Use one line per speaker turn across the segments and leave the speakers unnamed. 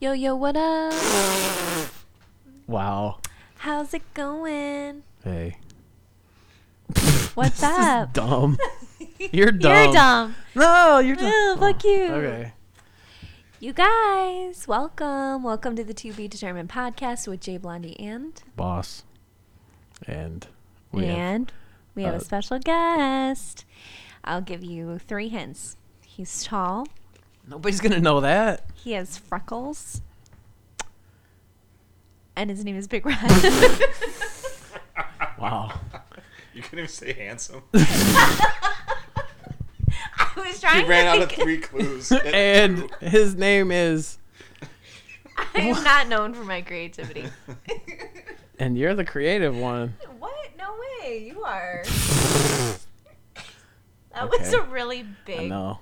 Yo, yo, what up?
Wow.
How's it going?
Hey.
What's up?
Dumb. You're dumb.
You're dumb.
No, you're dumb.
Ew, fuck you.
Okay.
You guys, welcome. Welcome to the To Be Determined podcast with Jay Blondie and.
Boss. And we have-
and we have
uh,
a special guest. I'll give you three hints. He's tall,
nobody's gonna know that.
he has freckles, and his name is Big Red.
Wow.
You couldn't even say handsome.
I was trying
He ran
to
out of
think-
three clues.
and his name is
I am not known for my creativity.
and you're the creative one.
What? No way. You are. That was
Okay.
a really
I
big
know.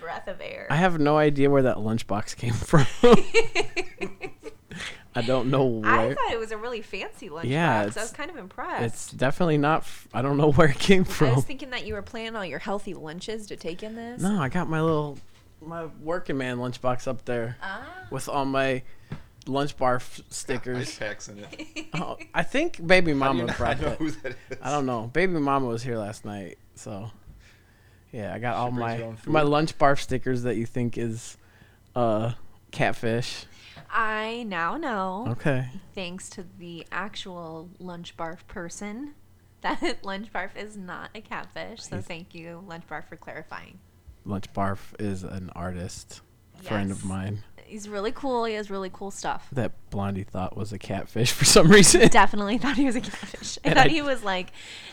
breath of air.
I have no idea where that lunchbox came from. I don't know
I
where.
thought it was a really fancy lunchbox.
Yeah,
I
it's-
was kind of impressed.
It's definitely not. F- I don't know where it came
I
from.
was thinking that you were planning all your healthy lunches to take in this.
No, I got my little my working man lunchbox up there
Ah.
with all my lunch bar f-
Ice
stickers.
packs in it.
Oh, I think baby
How do you
mama
not
brought
know
it.
who that is.
I don't know. Baby mama was here last night, so yeah, I got all
brings her
my
own food.
my lunch barf stickers that you think is uh catfish.
I now know,
Okay.
thanks to the actual lunch barf person, that lunch barf is not a catfish. So
He's-
thank you, lunch barf, for clarifying.
Lunch barf is an artist friend of
Yes.
mine
He's really cool. He has really cool stuff.
that Blondie thought was a catfish for some reason.
Definitely thought he was a catfish. I
And
thought
I-
he was like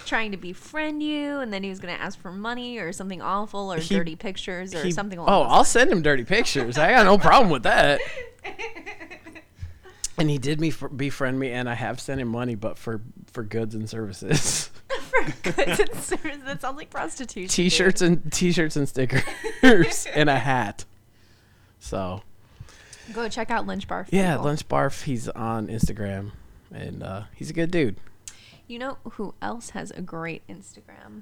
trying to befriend you, and then he was going to ask for money or something awful or
He-
dirty pictures or
He-
something.
oh,
Along
I'll send him dirty pictures. I got no problem with that. And he did me f befriend me, and I have sent him money, but for for goods and services,
those- for goods and services. That sounds like prostitution. dude.
t-shirts and t-shirts and stickers and a hat. So
Go check out Lunch Barf.
yeah,
people.
lunch barf. He's on Instagram, and uh, he's a good dude.
You know who else has a great Instagram?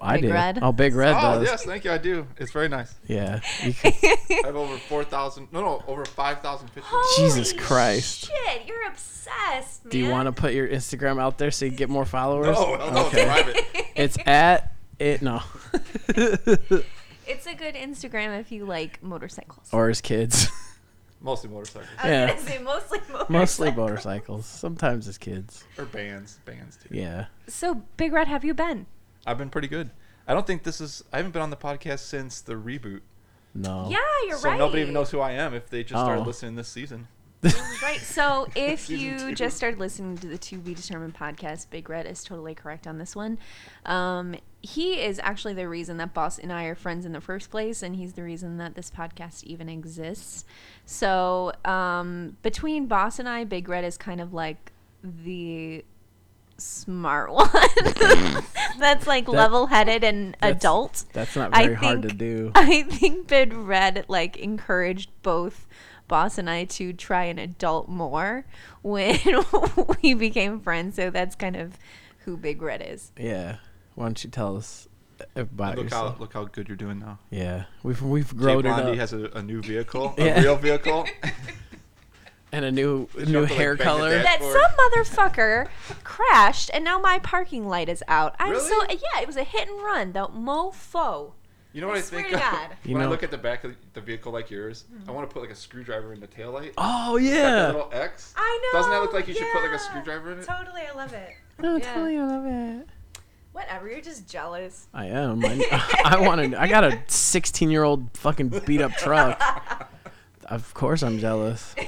I
Big
did.
Red?
Oh, Big Red
Oh,
does.
yes, thank you. I do. It's very nice.
Yeah. You could-
I have over 4,000, no, no, over 5,000 pictures.
Jesus Christ.
Shit, you're obsessed, man.
do you want to put your Instagram out there so you get more followers?
Oh, No, hell no,
Okay.
it's private.
It's at it no,
It's a good Instagram if you like motorcycles.
or his kids.
Mostly motorcycles.
I was
yeah.
gonna say mostly motorcycles.
Mostly motorcycles. Sometimes his kids.
Or bands. Bands, too.
Yeah.
So, Big Red, have you been?
I've been pretty good. I don't think this is, I haven't been on the podcast since the reboot.
No.
Yeah, you're
Oh. so
right.
nobody even knows who I am if they just
Oh.
started listening this season.
Right. So, if
Season
you
two.
just started listening to the To Be Determined podcast, Big Red is totally correct on this one. Um, he is actually the reason that Boss and I are friends in the first place, and he's the reason that this podcast even exists. So, um, between Boss and I, Big Red is kind of like the smart one that's like level headed and
that's-
adult.
That's not
I
very hard to
think-
do.
I think Big Red like encouraged both Boss and I to try and adult more when we became friends. So that's kind of who Big Red is.
Yeah. Why don't you tell us about
Look how,
yourself?
look how good you're doing now.
Yeah. We've we've
Jay
grown it up
Blondie has a, a new vehicle,
Yeah.
a real vehicle.
and a new a new
you have to, like,
hair
bang it
color.
down.
That
Or-
some motherfucker crashed and now my parking light is out. I'm so
Really?
yeah, it was a hit and run. The mofo.
You know
I
what I,
swear
think?
to
of?
God.
You
when
know-
I look at the back of the vehicle like yours, I want to put like a screwdriver in the taillight. light.
Oh
That
yeah.
little X.
I know.
Doesn't that look like you should put like
yeah.
a screwdriver in it?
Totally, I love it.
No,
Yeah.
totally love it.
Whatever, you're just jealous.
I am. I, I want to. I got a 16 year old fucking beat up truck. Of course I'm jealous.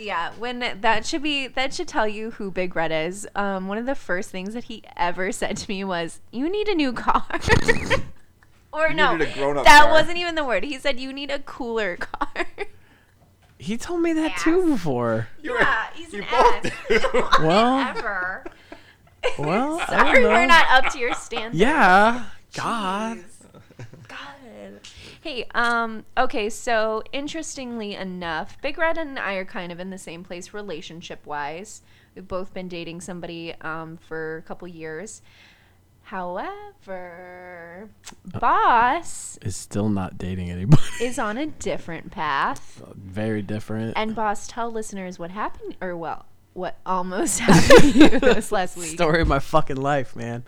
Yeah, when that should be that should tell you who Big Red is. Um, one of the first things that he ever said to me was, "You need a new car." or
You
no,
needed a grown-up
that
car.
wasn't even the word. He said, "You need a cooler car."
He told me that too before.
You
yeah, he's
you
an ass.
both do.
Well,
Ever.
well, I don't
Sorry,
know.
we're not up to your standards.
Yeah. God.
God. Hey, um, okay, so interestingly enough, Big Red and I are kind of in the same place relationship wise. We've both been dating somebody um, for a couple years. However,
Uh.
Boss
Is still not dating anybody.
is on a different path.
Very different.
And Boss, tell listeners what happened, or well, what almost happened to you this last week.
Story of my fucking life, man.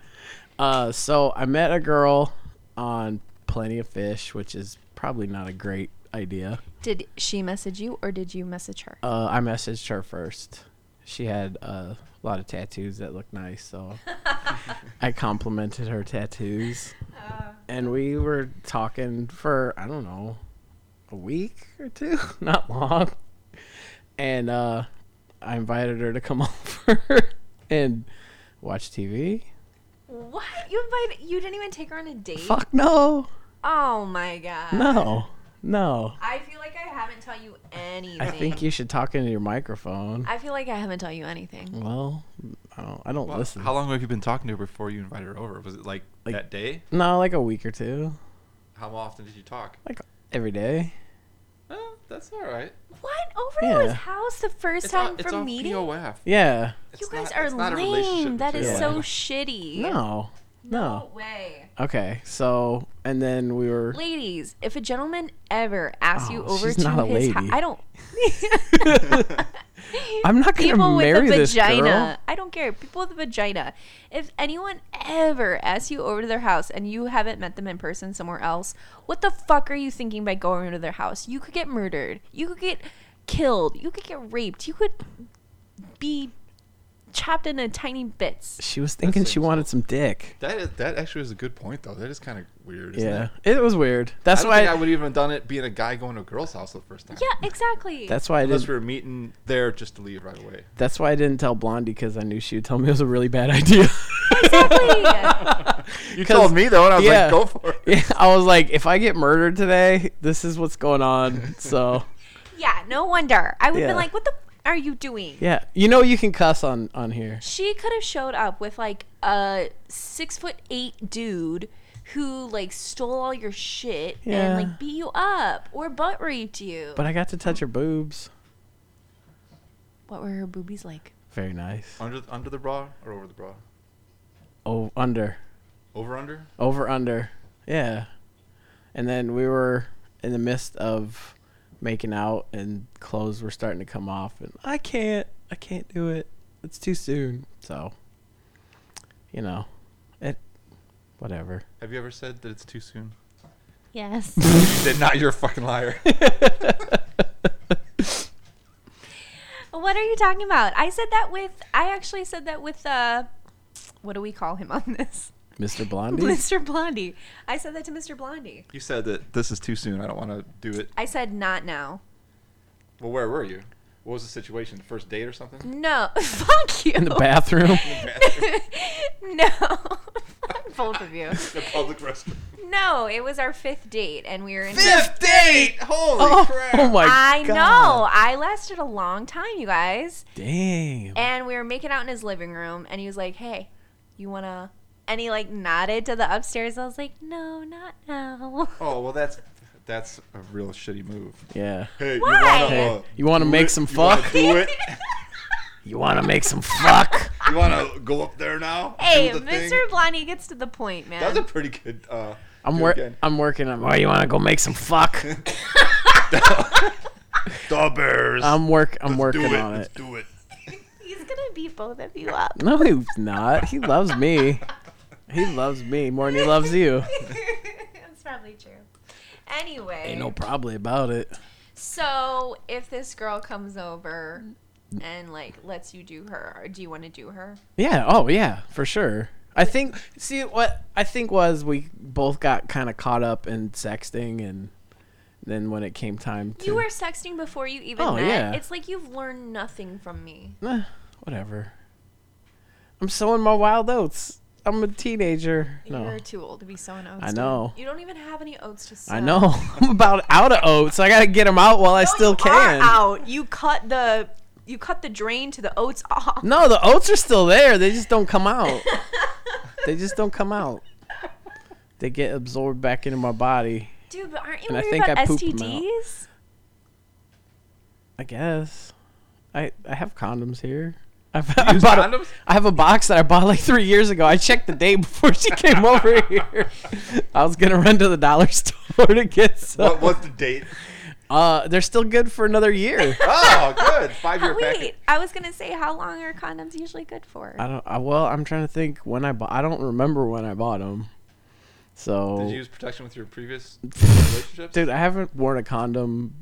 Uh, so I met a girl on Plenty of Fish, which is probably not a great idea.
Did she message you, or did you message her?
Uh, I messaged her first. She had uh, a lot of tattoos that looked nice, so I complimented her tattoos. and we were talking for, I don't know, a week or two, not long. And uh, I invited her to come over and watch TV.
What? You invited? You didn't even take her on a date?
Fuck no.
Oh my god.
No. No.
I feel like I haven't told you anything.
I think you should talk into your microphone.
I feel like I haven't told you anything.
Well, I don't, I don't
Well,
listen.
How long have you been talking to her before you invited her over? Was it like,
Like-
that day?
No, like a week or two.
How often did you talk?
Like every day.
Oh, that's all right.
What? Over to his
Yeah.
house the first
It's,
time
all, it's
from
all
meeting?
POF.
Yeah.
You
It's
guys
not-
are
it's not a
lame.
relationship
That is
material.
so
Yeah.
shitty.
No.
No
No.
way.
Okay. So, and then we were.
Ladies, if a gentleman ever asks you
Oh,
over
she's
to
not a
his house,
lady.
I don't.
I'm not going to
People with
marry
a
this girl.
vagina. I don't care. People with a vagina. If anyone ever asks you over to their house and you haven't met them in person somewhere else, what the fuck are you thinking by going over to their house? You could get murdered. You could get killed. You could get raped. You could be chopped into tiny bits.
She was thinking she
seems-
wanted some dick.
That is, that actually was a good point though. That is kind of weird. Isn't
Yeah.
It?
It was weird.
I
That's
don't
why.
think I would even have done it being a guy going to a girl's house the first time.
Yeah, exactly.
that's why I
Unless
didn't.
we were meeting there just to leave right away.
That's why I didn't tell Blondie because I knew she would tell me it was a really bad idea.
exactly.
You
'Cause-
told me though, and I was
yeah.
like, "Go for it."
Yeah, I was like, if I get murdered today, this is what's going on. So
yeah, no wonder. I would have
Yeah.
been like, what the f- are you doing?
yeah, you know you can cuss on on here.
She could have showed up with like a six foot eight dude who like stole all your shit
Yeah.
and like beat you up or butt raped you.
But I got to touch her boobs.
what were her boobies like?
Very nice.
Under under the bra or over the bra?
Oh, under,
Over under?
over, under. Yeah. And then we were in the midst of making out, and clothes were starting to come off, and I can't, I can't do it. It's too soon. So, you know, it, whatever.
Have you ever said that it's too soon?
Yes.
Then not. You're a fucking liar.
what are you talking about? I said that with I actually said that with uh what do we call him on this?
Mr. Blondie.
Mr. Blondie. I said that to Mr. Blondie.
you said that this is too soon. I don't want to do it.
I said not now.
Well, where were you? What was the situation? The first date or something?
No, fuck you.
in the bathroom.
no, Fuck both of you.
The public restroom.
No, it was our fifth date, and we were in.
Fifth date. Holy
Oh,
crap!
oh my
I
god.
know. I lasted a long time, you guys.
Damn.
And we were making out in his living room, and he was like, "Hey, you wanna?" And he like nodded to the upstairs. I was like, "No, not now."
Oh well, that's that's a real shitty move.
Yeah.
Why?
Hey, you wanna uh,
You want to make some fuck?
do it?
You want to make some fuck?
You wanna go up there now?
hey,
Do the thing?
Mr. Blondie gets to the point, man.
That was a pretty good. Uh,
I'm
good
wor-
again.
I'm working on. Oh, you want to go make some fuck?
The Bears.
I'm work. I'm
Let's
working
do
on
Let's
it.
do it.
He's gonna beat both of you up.
No, he's not. He loves me. He loves me more than he loves you.
That's probably true. Anyway,
Ain't no probably about it.
So if this girl comes over and like lets you do her, do you want to do her?
Yeah. Oh, yeah. For sure. I think. See what I think was we both got kind of caught up in sexting, and then when it came time to
You were sexting before you even
Oh,
met.
yeah.
It's like you've learned nothing from me.
Eh, whatever. I'm sowing my wild oats. I'm a teenager. No,
You're too old to be sowing oats.
I
dude.
know.
You don't even have any oats to sow.
I know. I'm about out of oats. I gotta get them out while I
No,
still
you
can.
Are out. You cut the you cut the drain to the oats off.
No, the oats are still there. They just don't come out. they just don't come out. They get absorbed back into my body.
Dude, but aren't you
And I
worried
think
about
I pooped 'em out.
STDs?
I guess. I I have condoms here. I, bought I
use
bought a-
condoms?
I have a box that I bought like three years ago. I checked the day before she came over here. I was gonna run to the dollar store to get some.
What, what's the date?
Uh, they're still good for another year.
Oh, good. Five year
Wait,
package.
I was gonna say, how long are condoms usually good for?
I don't. I, well, I'm trying to think when I bought. I don't remember when I bought them. So,
Did you use protection with your previous relationships?
dude, I haven't worn a condom.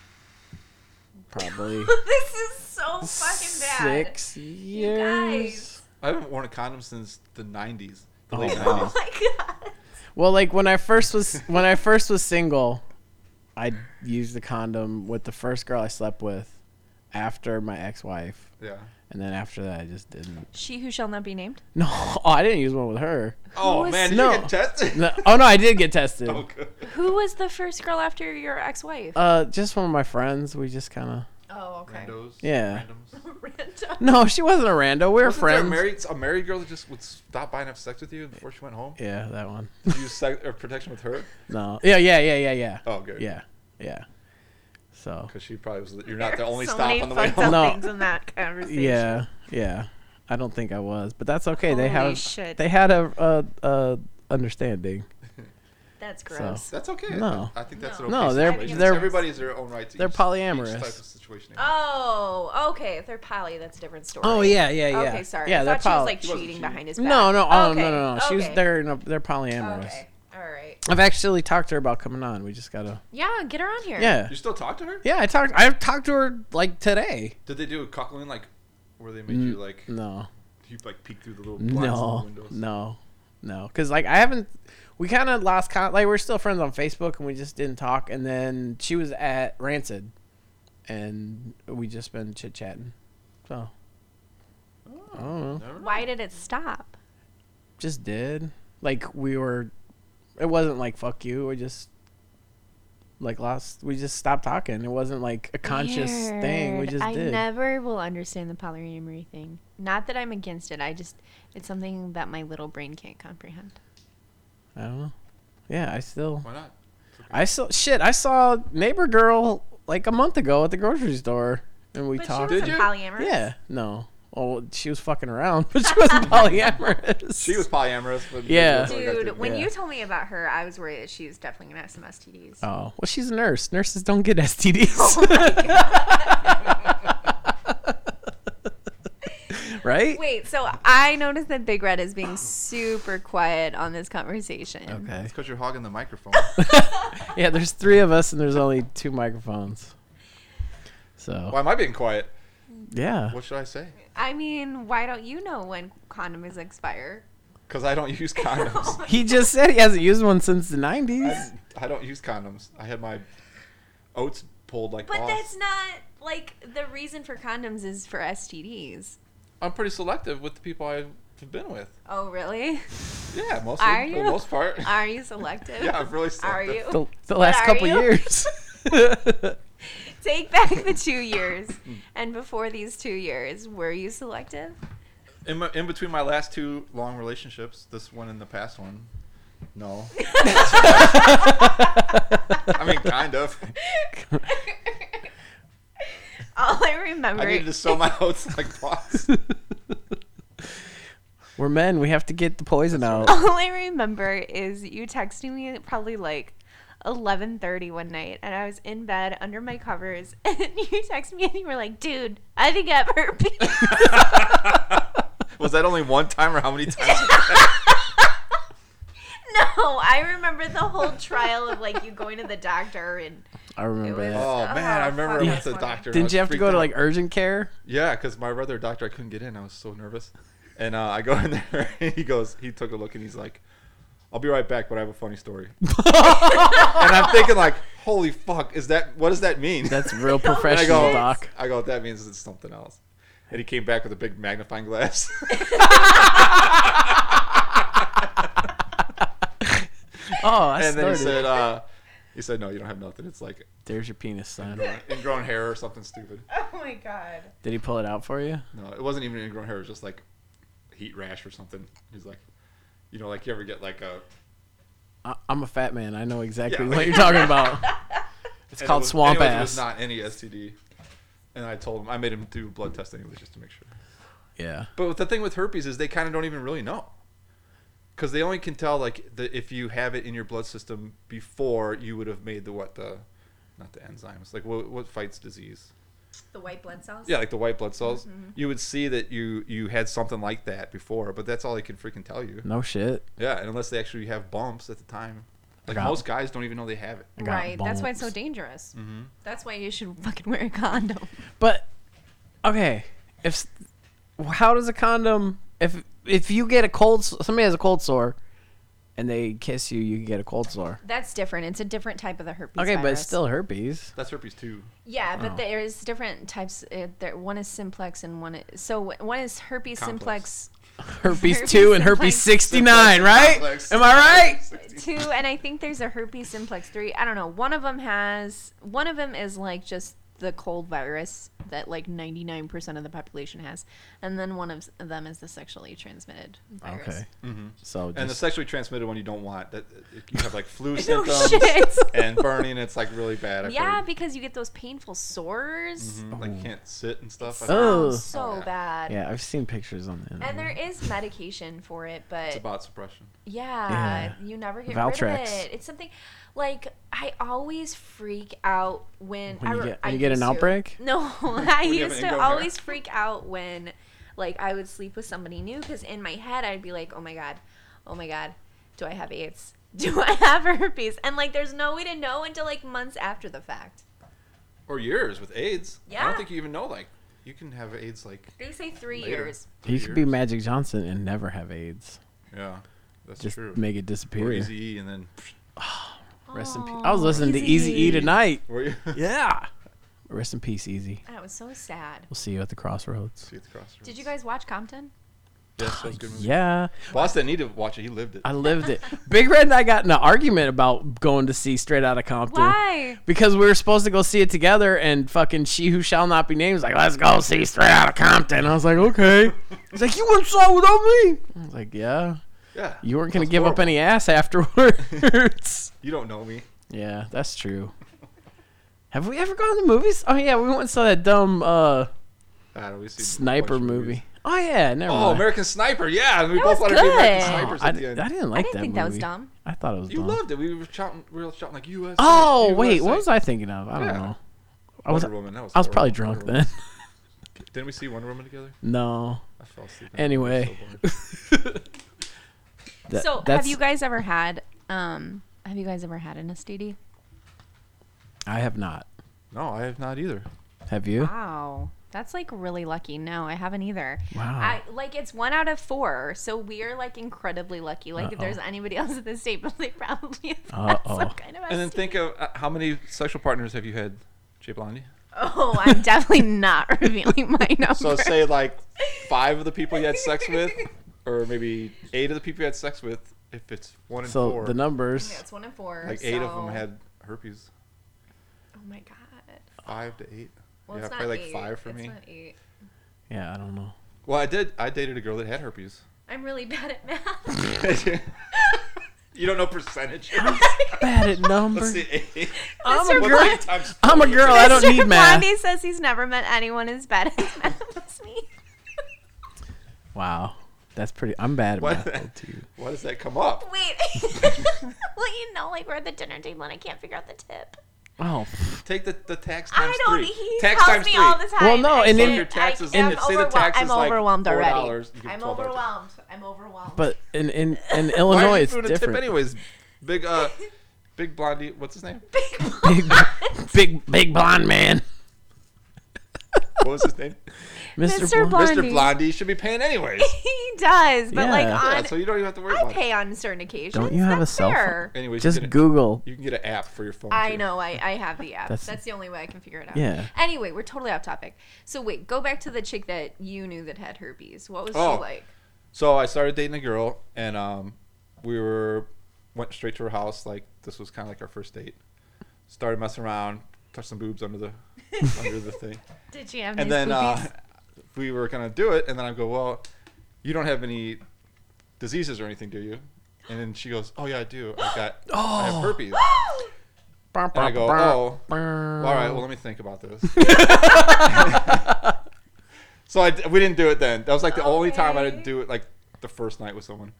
Probably
this is so fucking bad.
six
You
years.
guys.
I haven't worn a condom since the 90s. The
Oh,
late
wow.
90s.
Oh my god.
Well, like when I first was when I first was single, I used the condom with the first girl I slept with after my ex-wife,
Yeah.
and then after that I just didn't.
She who shall not be named.
No, oh, I didn't use one with her.
Oh,
was-
man. Did
No.
you get tested?
No, oh no, I did get tested.
Oh, good.
Who was the first girl after your ex-wife?
Uh, just one of my friends. We just kind of.
oh, okay.
Randos.
Yeah.
Randoms.
Random.
No, she wasn't a rando. We were
Wasn't there
friends.
a married, a married girl that just would stop by and have sex with you before she went home?
yeah, that one.
Did you use sex, or protection with her?
No. Yeah, yeah, yeah, yeah, yeah.
Oh, good.
Yeah, yeah. So.
Because she probably was. You're not the only
so
stop
many
on the way
fucked
home.
home.
up
No.
things in that conversation.
Yeah, yeah. I don't think I was, but that's okay. they
Holy
have.
shit.
They had a, a, a understanding.
That's
So.
gross.
That's okay.
No.
I think that's
No.
an
No,
okay
they're-
situation.
they're-
everybody has their own right to
they're
each- each
polyamorous.
type of situation.
Oh, okay. If they're poly, that's a different story.
Oh yeah, yeah, yeah.
Okay, sorry.
Yeah,
I
they're
thought she was
poly-
like
She wasn't
cheating
cheating.
behind his back.
no, no, oh,
Okay,
no, no, no. She was
okay,
they're in a, they're polyamorous.
Okay. All right.
I've actually talked to her about coming on. We just gotta.
Yeah, get her on here.
Yeah,
You still talk to her?
yeah. I talked. I talked to her like today.
Did they do a cuckling like, where they made you like,
No,
you like peek through the little blinds
Mm. no,
in the windows?
no, no. Because like I haven't. We kind of lost con- like we're still friends on Facebook and we just didn't talk. And then she was at Rancid, and we just been chit chatting. So I don't know.
Never
Why did it stop?
just did. Like we were, it wasn't like fuck you. We just like lost. We just stopped talking. It wasn't like a conscious thing. We
Weird.
just
I
did.
never will understand the polyamory thing. Not that I'm against it. I just it's something that my little brain can't comprehend.
I don't know. Yeah, I still,
Why not?
I still shit. I saw neighbor girl like a month ago at the grocery store, and we
but
talked.
she wasn't
Did you?
polyamorous.
yeah, no. Oh, she was fucking around, but she wasn't polyamorous.
She was polyamorous, but
Yeah.
Dude, when
Yeah.
you told me about her, I was worried that she was definitely gonna have some STDs.
Oh well, she's a nurse. Nurses don't get STDs.
Oh
right?
Wait, so I noticed that Big Red is being super quiet on this conversation.
Okay.
It's because you're hogging the microphone.
Yeah, there's three of us and there's only two microphones. So
Why am I being quiet?
yeah,
What should I say?
I mean, why don't you know when condoms expire?
Because I don't use condoms.
he just said he hasn't used one since the '90s.
I, I don't use condoms. I had my oats pulled like
But
boss.
that's not like the reason for condoms is for STDs.
I'm pretty selective with the people I've been with.
Oh, really?
Yeah, mostly.
Are
For
you?
the most part.
Are you selective?
yeah, I'm really
Are
selective.
you?
The, the last
are
couple
you?
years.
Take back the two years. and before these two years, were you selective?
In, my, in between my last two long relationships, this one and the past one, no. I mean, kind of.
All I remember.
I needed to sow my oats like boss.
We're men. We have to get the poison out.
all I remember is you texting me at probably like 11:30 one night and I was in bed under my covers and you texted me and you were like, "Dude, I think I have herpes."
Was that only one time or how many times?
no, I remember the whole trial of like you going to the doctor and
I remember
It was-
that.
Oh, man, I remember
fuck,
I went
that's
to the
funny.
doctor. and I
Didn't
was
you have to
freaked
go to
out.
like urgent care?
Yeah, because my regular doctor, I couldn't get in. I was so nervous. And uh, I go in there, and he goes, he took a look, and he's like, I'll be right back, but I have a funny story. and I'm thinking, like, holy fuck, is that, what does that mean?
That's real
and I
professional,
go,
doc.
I go, that means it's something else. And he came back with a big magnifying glass.
Oh, I
and then he
started.
said, uh, he said, no, you don't have nothing. It's like
There's your penis, son.
ingrown hair or something stupid.
Oh my god.
Did he pull it out for you?
No, it wasn't even ingrown hair. It was just like heat rash or something. He's like, you know, like you ever get like a,
I, I'm a fat man. I know exactly
Yeah.
what you're talking about. It's
And it
called
was-
swamp
anyways, It
ass.
was not any STD. And I told him I made him do a blood test anyways just to make sure.
Yeah.
But the thing with herpes is they kind of don't even really know, because they only can tell like the, if you have it in your blood system before you would have made the what the, not the enzymes like what what fights disease.
The white blood cells.
Yeah, like the white blood cells. You would see that you you had something like that before, but that's all they can freaking tell you.
No shit.
Yeah, and unless they actually have bumps at the time, like
got-
most guys don't even know they have it.
I got
Right. That's why it's so
bumps.
dangerous.
Mm-hmm.
That's why you should fucking wear a condom.
But okay, if s- how does a condom if if you get a cold s- somebody has a cold sore and they kiss you, you get a cold sore.
That's different. It's a different type of the herpes.
Okay, but it's
virus.
still herpes.
That's herpes too.
Yeah, but
Oh.
there's different types. Uh, there, one is simplex and one is so one is herpes
Complex.
Herpes,
Herpes
two and herpes
simplex.
sixty nine, right?
Complex.
Am I right?
simplex two, and I think there's a herpes simplex three. I don't know. One of them has one of them is like just the cold virus that like 99% of the population has, and then one of them is the sexually transmitted virus.
Okay. So
Mm-hmm. And the
just,
sexually transmitted one you don't want. That you have like flu
No
symptoms
Oh, shit.
and burning. It's like really bad. I've
yeah,
heard.
because you get those painful sores.
Mhm, Like you can't sit and stuff. I've heard.
Oh.
Oh, so
Oh, yeah.
bad.
yeah, I've seen pictures on the internet.
And there is medication for it, but
It's about suppression.
Yeah,
Yeah.
you never get rid
Valtrex.
of it. It's something like I always freak out when,
When
I,
you
re-
get-
I
when you get an
used to-
outbreak?
No, I
When you have
used
an
to
ingrown hair.
always freak out when like I would sleep with somebody new because in my head I'd be like, oh my god, oh my god, do I have AIDS? Do I have herpes? And like, there's no way to know until like months after the fact.
Or years with AIDS. I
Yeah.
don't think you even know. Like you can have AIDS like
They say three
Later.
years.
you could be
years.
Magic Johnson and never have AIDS.
yeah. That's
Just
true.
make it
or
disappear.
Easy and then
Rest in peace.
Aw,
I was listening to Easy E
Eazy-E.
tonight.
were you?
Yeah. Rest in peace, Easy.
That was so sad.
We'll see you at the crossroads.
See at the crossroads.
Did you guys watch Compton?
E. Yes, that was a
Oh,
good movie.
Yeah.
Boston need to watch it. He lived it.
I lived it. Big Red and I got in an argument about going to see Straight Outta Compton.
Why?
Because we were supposed to go see it together, and fucking she who shall not be named was like, "Let's go see Straight Outta Compton." I was like, "Okay." He's like, "You went saw without me." I was like, "Yeah."
yeah.
You weren't gonna
That's
give up
horrible.
any ass afterwards.
You don't know me.
yeah, that's true. Have we ever gone to movies? Oh yeah, we went and saw that dumb uh,
I don't see
sniper movie. Oh yeah, never
Oh,
mind. Oh,
American Sniper. Yeah, we
That was
both wanted to be American
good.
Snipers
I,
at
d-
the end.
I didn't
I
like
didn't
that
think
movie.
that was dumb.
I thought it was
you
dumb.
loved it. We were shouting, we were shouting like U.S.
Oh wait, what was I thinking of? I don't
Yeah.
know. I was
Wonder Woman. That
I was
horrible.
probably drunk
Wonder Woman.
then.
Didn't we see Wonder Woman together?
no.
I fell asleep.
Anyway. That-
so have
that's-
you guys ever had um have you guys ever had an STD?
I have not.
No, I have not either.
Have you?
Wow. That's like really lucky. No, I haven't either.
Wow.
I like it's one out of four, so we are like incredibly lucky. Like if
Uh-oh.
there's anybody else at this table, they probably have had
Uh-oh.
some kind of STD.
And then think of uh, how many sexual partners have you had, Jay Blondie?
oh, I'm definitely not revealing my number.
So say like five of the people you had sex with, or maybe eight of the people you had sex with. If it's one in
So
four,
the numbers.
Yeah, it's one in four.
like eight of
so-
them had herpes.
Oh my god.
Five to eight.
Well,
yeah,
it's not
probably like
eight.
five for
It's
me.
not eight.
Yeah, I don't know.
Well, I did. I dated a girl that had herpes.
I'm really bad at math.
you don't know percentages.
Bad at numbers.
Let's see, eight.
I'm
Mr.
a
Blunt-
girl.
Eight times
I'm a
four.
girl. Oh, I don't
Mr.
need math.
Blondie says he's never met anyone as bad at math as me.
Wow, that's pretty. I'm bad at
What?
math though, too.
Why does that come up?
Wait. well, you know, like we're at the dinner table and I can't figure out the tip.
Oh,
Take the, the tax
I
times
don't.
three.
He
tax
tells
times
me
three.
all the time.
Well, no,
I
and then-
can't-
Your taxes
I,
in
I'm
it. Say the
overwhelmed-
tax
I'm
is like
overwhelmed already.
$4. You give
I'm
$12.
overwhelmed. I'm overwhelmed.
but in in in
Why
Illinois,
are you
it's
doing a
different.
tip anyways? Big uh, big blondie. What's his name?
Big, big, big blonde man,
What was his name?
Mr.
Mr.
Blonde.
Blondie.
Mr. Blondie should be paying anyways.
he does, but like
Yeah.
on,
Yeah, so you don't even have to worry
I
about it.
pay on certain occasions.
Don't you have a
That's
cell phone?
fair.
Anyways, you,
Just
can get
Google.
a, you can get an app for your phone.
I
too.
know. I, I have the app. That's,
That's-
the only way I can figure it out.
Yeah.
Anyway, we're totally off topic. So wait, go back to the chick that you knew that had herpes. What was
Oh.
she like?
So I started dating a girl, and um, we were went straight to her house. Like this was kind of like our first date. Started messing around, touched some boobs under the under the thing.
Did she have
and
nice
then uh,
boobies?
we were gonna do it, and then I go, well, you don't have any diseases or anything, do you? And then she goes, oh yeah, I do. I got I have herpes.
And
I go, oh,
all
All right, well, let
Um,
me think about this. so I d- we didn't do it then. That was like the only time I didn't
Okay.
do it, like the first night with someone.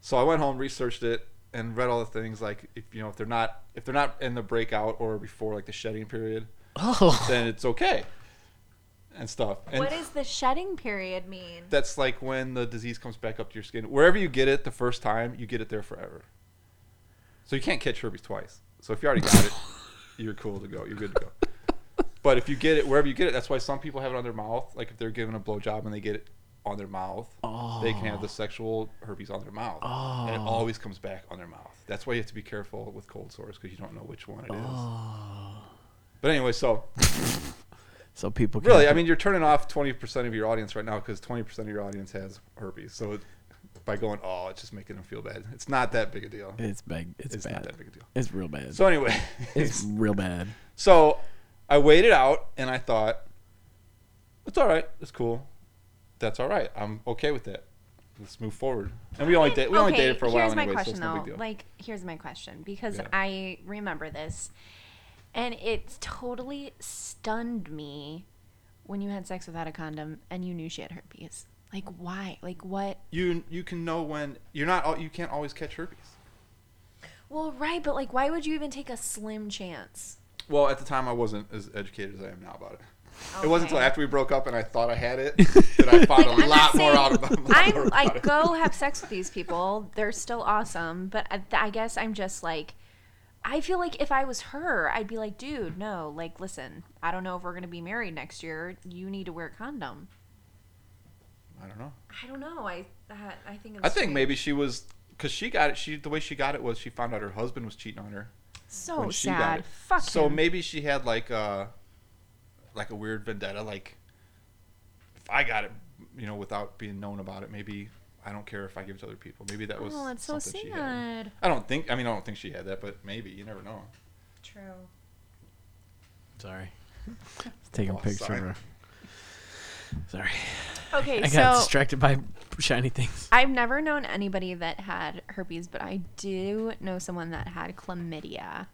So I went home, researched it, and read all the things like if you know if they're not if they're not in the breakout or before like the shedding period,
Oh.
then it's okay, and stuff. And
What does the shedding period mean?
that's like when the disease comes back up to your skin. Wherever you get it the first time, you get it there forever. So you can't catch herpes twice. So if you already got it, you're cool to go. You're good to go. But if you get it wherever you get it, that's why some people have it on their mouth. Like if they're given a blowjob and they get it on their mouth, they can have the sexual herpes on their mouth, and it always comes back on their mouth. That's why you have to be careful with cold sores because you don't know which one it is. But anyway, so
So people can
Really, I mean, you're turning off 20% of your audience right now because 20% of your audience has herpes. So it, by going, oh, it's just making them feel bad. It's not that big a deal.
it's big. It's,
It's
bad.
not that big a deal.
It's real bad.
So anyway,
it's real bad.
so I waited out and I thought, it's all right. It's cool. That's all right. I'm okay with that. Let's move forward. And we only did. We only
Okay,
dated for a while
Here's my
anyway, so
question
it's no
though.
big deal.
Like, here's my question because
Yeah.
I remember this, and it totally stunned me when you had sex without a condom and you knew she had herpes. Like, why? Like, what?
you you can know when you're not. al- You can't always catch herpes.
Well, right, but like, why would you even take a slim chance?
Well, at the time, I wasn't as educated as I am now about it. It wasn't until
Okay.
after we broke up and I thought I had it that I
Like,
found a
I'm
lot
not
more
saying-
out about, a lot more
I'm
about
like,
it.
go have sex with these people. They're still awesome. But I, I guess I'm just like, I feel like if I was her, I'd be like, dude, no, like, listen, I don't know if we're going to be married next year. You need to wear a condom.
I don't know.
I don't know. I that, I think it's
I think
strange.
maybe she was because she got it. She the way she got it was she found out her husband was cheating on her
so
when she
sad.
got it.
Fuck
so
him.
maybe she had like a like a weird vendetta. Like if I got it, you know, without being known about it, maybe I don't care if I give it to other people. Maybe that was
oh, it's so
something she had.
sad.
I don't think. I mean, I don't think she had that, but maybe you never know.
True.
Sorry. Taking
Oh,
a picture.
sorry.
Sorry. sorry.
Okay,
I got
so
distracted by shiny things.
I've never known anybody that had herpes, but I do know someone that had chlamydia.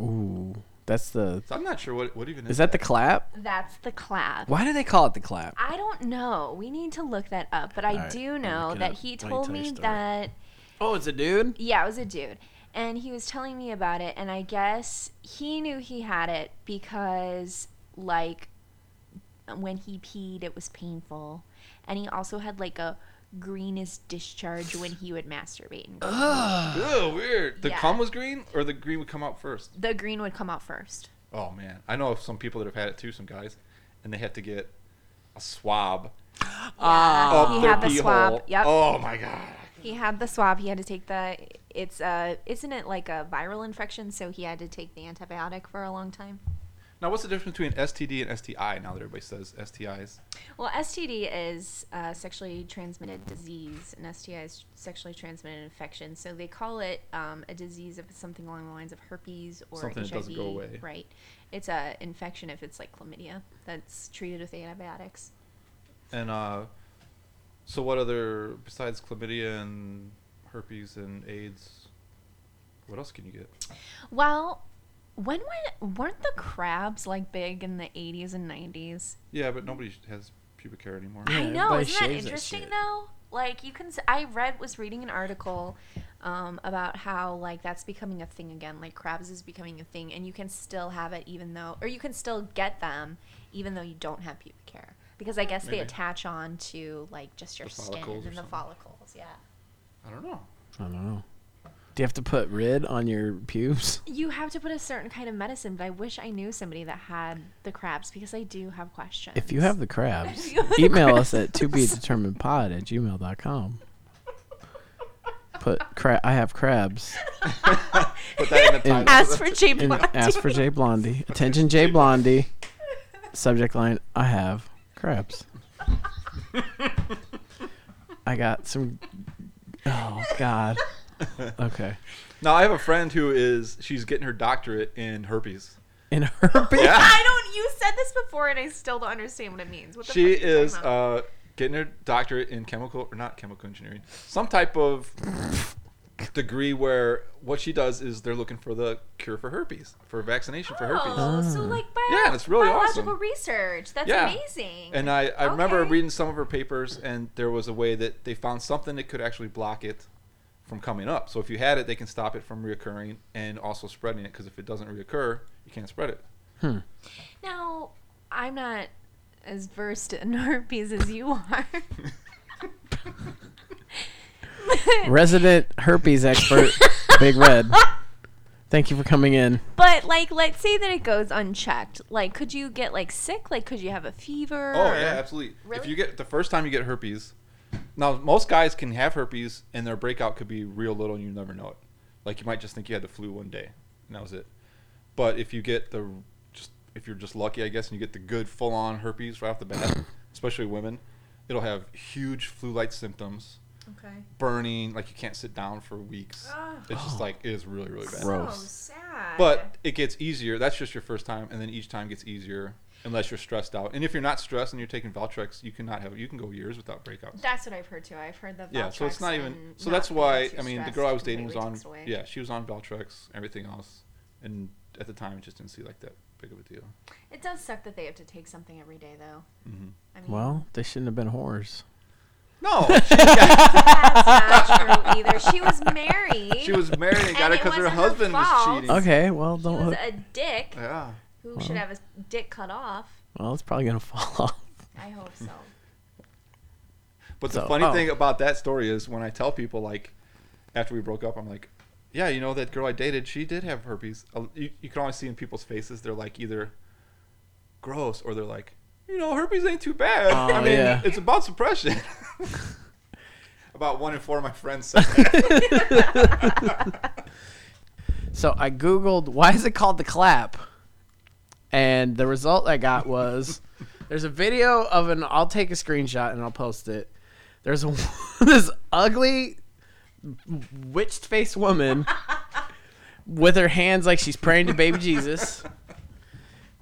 Ooh, that's the.
So I'm not sure what what even
Is that the clap?
That's the clap.
Why do they call it the clap?
I don't know. We need to look that up, but I
All right,
do
I'll
know
look it
that
up
he
while you
told
tell your
me
story.
that
Oh, it's a dude.
yeah, it was a dude, and he was telling me about it, and I guess he knew he had it because like when he peed, it was painful, and he also had like a greenish discharge when he would masturbate. And
Ew, weird. The
Yeah.
cum was green, or the green would come out first.
the green would come out first.
Oh man, I know of some people that have had it too. Some guys, and they had to get a swab up
Uh, he
their
had the
pee
swab.
hole.
Yep.
Oh my god.
He had the swab. He had to take the. It's uh, isn't it like a viral infection? So he had to take the antibiotic for a long time.
Now, what's the difference between STD and STI? Now that everybody says STIs,
Well, STD is uh, sexually transmitted disease, and STI is sexually transmitted infection. So they call it um, a disease if it's something along the lines of herpes or
Something that
HIV.
doesn't go away.
Right. It's a infection if it's like chlamydia that's treated with antibiotics.
and uh, so what other besides chlamydia and herpes and AIDS? What else can you get?
Well, when were, weren't the crabs like big in the 80s and 90s?
Yeah, but nobody has pubic hair anymore.
Yeah,
I know.
everybody
Isn't that
shaves that
interesting
shit.
though? Like you can. s- I read was reading an article um, about how like that's becoming a thing again. Like crabs is becoming a thing, and you can still have it even though, or you can still get them even though you don't have pubic hair because I guess they
Maybe.
attach on to like just your
The
skin
follicles
and
or
Hmm, the
something.
follicles. Yeah.
I don't know.
I don't know. Do you have to put rid on your pubes?
You have to put a certain kind of medicine, but I wish I knew somebody that had the crabs because I do have questions.
If you have the crabs,
you have the
email us at to be determined pod at gmail.com. Put crab. I have crabs.
Put that in the title.
ask for Jay
And
Blondie.
ask for Jay Blondie. Attention, Jay Blondie. Subject line: I have crabs. I got some. Oh God. Okay.
Now I have a friend who is she's getting her doctorate in herpes.
In herpes.
Yeah.
I don't. You said this before, and I still don't understand what it means. What the
she
fuck are you
is
talking about?
uh, getting her doctorate in chemical or not chemical engineering, some type of degree where what she does is they're looking for the cure for herpes, for vaccination for herpes.
Oh, so like bio-
Yeah, it's really
biological
awesome.
research. That's
Yeah.
amazing.
And uh, I, I remember
Okay.
reading some of her papers, and there was a way that they found something that could actually block it from coming up. So if you had it, they can stop it from reoccurring and also spreading it, because if it doesn't reoccur, you can't spread it.
now, I'm not as versed in herpes as you are.
Resident herpes expert, Big Red. Thank you for coming in.
Ah, But like, let's say that it goes unchecked. Like, could you get like sick? Like, could you have a fever?
Oh
or-
yeah, absolutely. If
Really?
you get the first time you get herpes, now most guys can have herpes and their breakout could be real little and you never know it. Like you might just think you had the flu one day and that was it. But if you get the just if you're just lucky, I guess, and you get the good full on herpes right off the bat, especially women, it'll have huge flu like symptoms,
Okay.
burning, like you can't sit down for weeks.
Ah.
It's just like it is really really bad.
Gross.
So sad.
But it gets easier. That's just your first time, and then each time gets easier unless you're stressed out. And if you're not stressed and you're taking Valtrex, you cannot have you can go years without breakouts.
that's what I've heard too. I've heard that.
yeah, so it's
Valtrex
not even.
and
So
not
that's
being
why
too
I mean the
stressed
girl I was dating was
completely
on.
takes away.
Yeah, she was on Valtrex, everything else, and at the time it just didn't seem like that big of a deal.
It does suck that they have to take something every day though.
Mm-hmm.
I mean,
Well, they shouldn't have been whores.
No,
that's not true either. She was married.
she, she was married and got
And
it
it
because her
wasn't her
husband was
fault.
cheating.
Okay, well,
He
don't.
was
Hook.
a dick
Yeah.
who should have his dick cut off.
Well, it's probably gonna fall off.
I hope so.
But the
So-
funny
oh.
thing about that story is when I tell people like after we broke up, I'm like, yeah, you know that girl I dated, she did have herpes. Uh, You, you can always see in people's faces they're like either gross or they're like, you know, herpes ain't too bad.
Oh,
I mean,
yeah.
it's about suppression. about one in four of my friends said that.
So I googled why is it called the clap, and the result I got was there's a video of an. I'll take a screenshot and I'll post it. There's a, this ugly witched faced woman with her hands like she's praying to baby Jesus,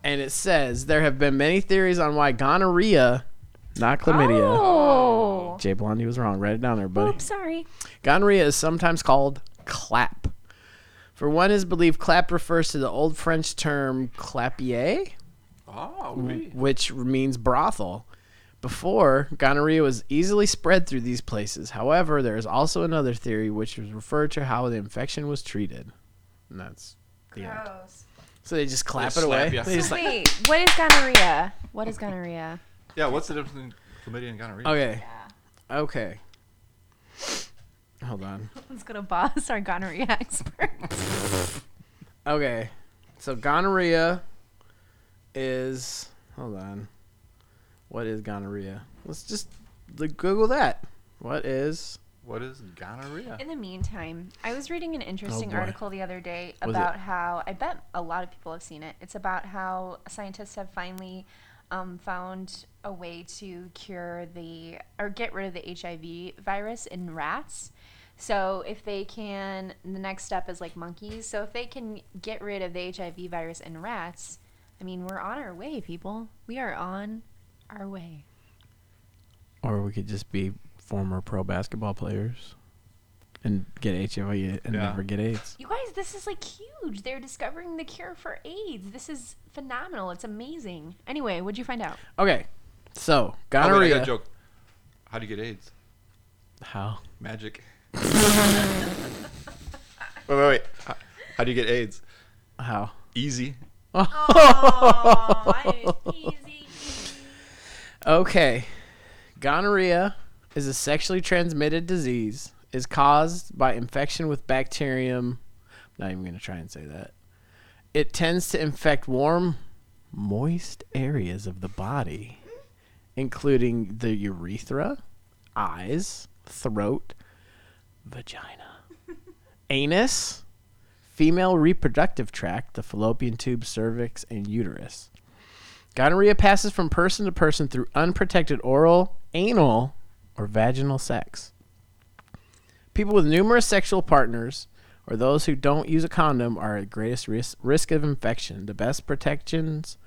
and it says there have been many theories on why gonorrhea, not chlamydia.
Oh.
Jay Blondie was wrong. Write it down there, buddy.
Oops, sorry.
Gonorrhea is sometimes called clap. For one is believed clap refers to the old French term clapier,
oh, we.
which means brothel. Before, gonorrhea was easily spread through these places. However, there is also another theory which is referred to how the infection was treated. And that's the end.
Gross.
So they just clap
They
it
slap
away.
you.
They just like,
Wait, what is gonorrhea? What is gonorrhea?
Yeah, what's the difference between chlamydia and gonorrhea?
okay. Okay. Hold on.
Let's go to boss, our gonorrhea expert.
Okay. So gonorrhea is hold on. What is gonorrhea? Let's just the Google that. What is
What is gonorrhea?
In the meantime, I was reading an interesting
Oh, boy.
article the other day
Was it-
about how I bet a lot of people have seen it. It's about how scientists have finally um, found a way to cure the or get rid of the HIV virus in rats. So if they can, the next step is like monkeys. So if they can get rid of the HIV virus in rats, I mean we're on our way, people. We are on our way.
or we could just be former pro basketball players and get HIV and
Yeah.
never get AIDS.
You guys, this is like huge. They're discovering the cure for AIDS. This is phenomenal. It's amazing. Anyway, what'd you find out?
Okay. So,
Oh, wait, I got
gonorrhea
a joke. How do you get AIDS?
how
Magic. wait, wait, wait. How, how do you get AIDS?
how Oh.
Easy.
easy.
Okay. Gonorrhea is a sexually transmitted disease. is caused by infection with bacterium. I'm not even going to try and say that. It tends to infect warm, moist areas of the body, including the urethra, eyes, throat, vagina, anus, female reproductive tract, the fallopian tube, cervix, and uterus. Gonorrhea passes from person to person through unprotected oral, anal, or vaginal sex. People with numerous sexual partners or those who don't use a condom are at greatest risk, risk of infection. The best protections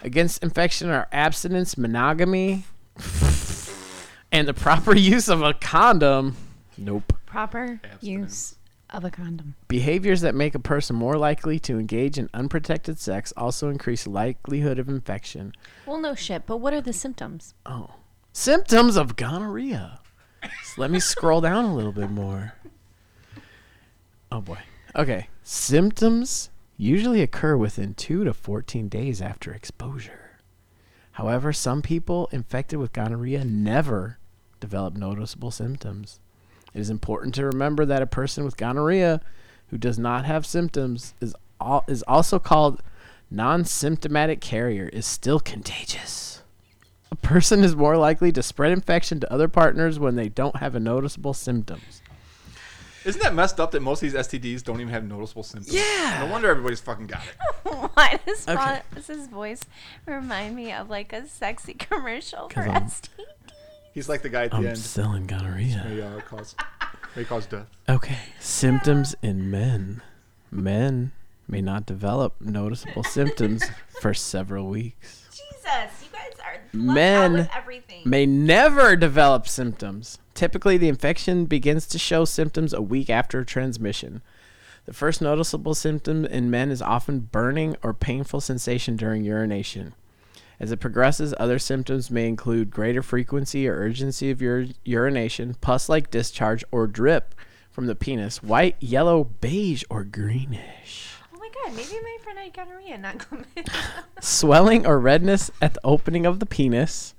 against infection are abstinence, monogamy, and the proper use of a condom. Nope.
Proper
Abstinence.
use of a condom.
Behaviors that make a person more likely to engage in unprotected sex also increase likelihood of infection.
Well, no shit, but what are the symptoms?
Oh. Symptoms of gonorrhea. So let me scroll down a little bit more. Oh boy. Okay. Symptoms usually occur within 2 to 14 days after exposure. However, some people infected with gonorrhea never develop noticeable symptoms. It is important to remember that a person with gonorrhea who does not have symptoms is all, is also called non-symptomatic carrier is still contagious. A person is more likely to spread infection to other partners when they don't have a noticeable symptoms.
Isn't that messed up that most of these STDs don't even have noticeable symptoms?
Yeah.
No wonder everybody's fucking got it.
Why does
Okay.
Ron- does his voice remind me of like a sexy commercial for Oh
'Cause I'm-
STD?
He's like the guy at the
I'm
end.
still in gonorrhea.
May uh, cause may cause death.
Okay. Symptoms in men. Men may not develop noticeable symptoms for several weeks.
Jesus, you guys are
Men with
everything.
May never develop symptoms. Typically, the infection begins to show symptoms a week after transmission. The first noticeable symptom in men is often burning or painful sensation during urination. As it progresses, other symptoms may include greater frequency or urgency of ur- urination, pus like discharge or drip from the penis, white, yellow, beige, or greenish,
oh my god, maybe my friend had gonorrhea, not chlamydia.
swelling or redness at the opening of the penis,